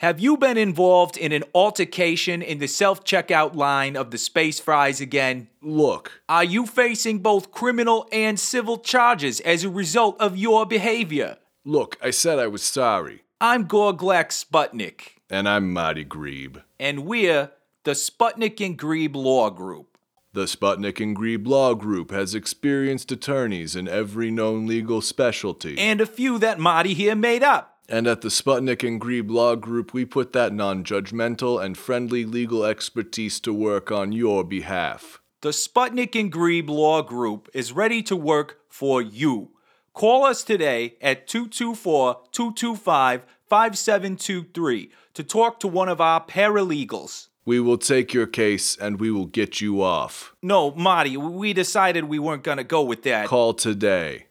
Have you been involved in an altercation in the self checkout line of the Space Fries again? Look, Are you facing both criminal and civil charges as a result of your behavior? look, I said I was sorry. I'm Gorglak Sputnik, And I'm Marty Grebe. and we're the Sputnik and Grebe Law Group. The Sputnik and Grebe Law Group has experienced attorneys in every known legal specialty. And a few that Marty here made up. And at the Sputnik and Grebe Law Group, we put that non judgmental and friendly legal expertise to work on your behalf. The Sputnik and Grebe Law Group is ready to work for you. Call us today at 224 225 5723 to talk to one of our paralegals. We will take your case and we will get you off. No, Marty, we decided we weren't going to go with that. Call today.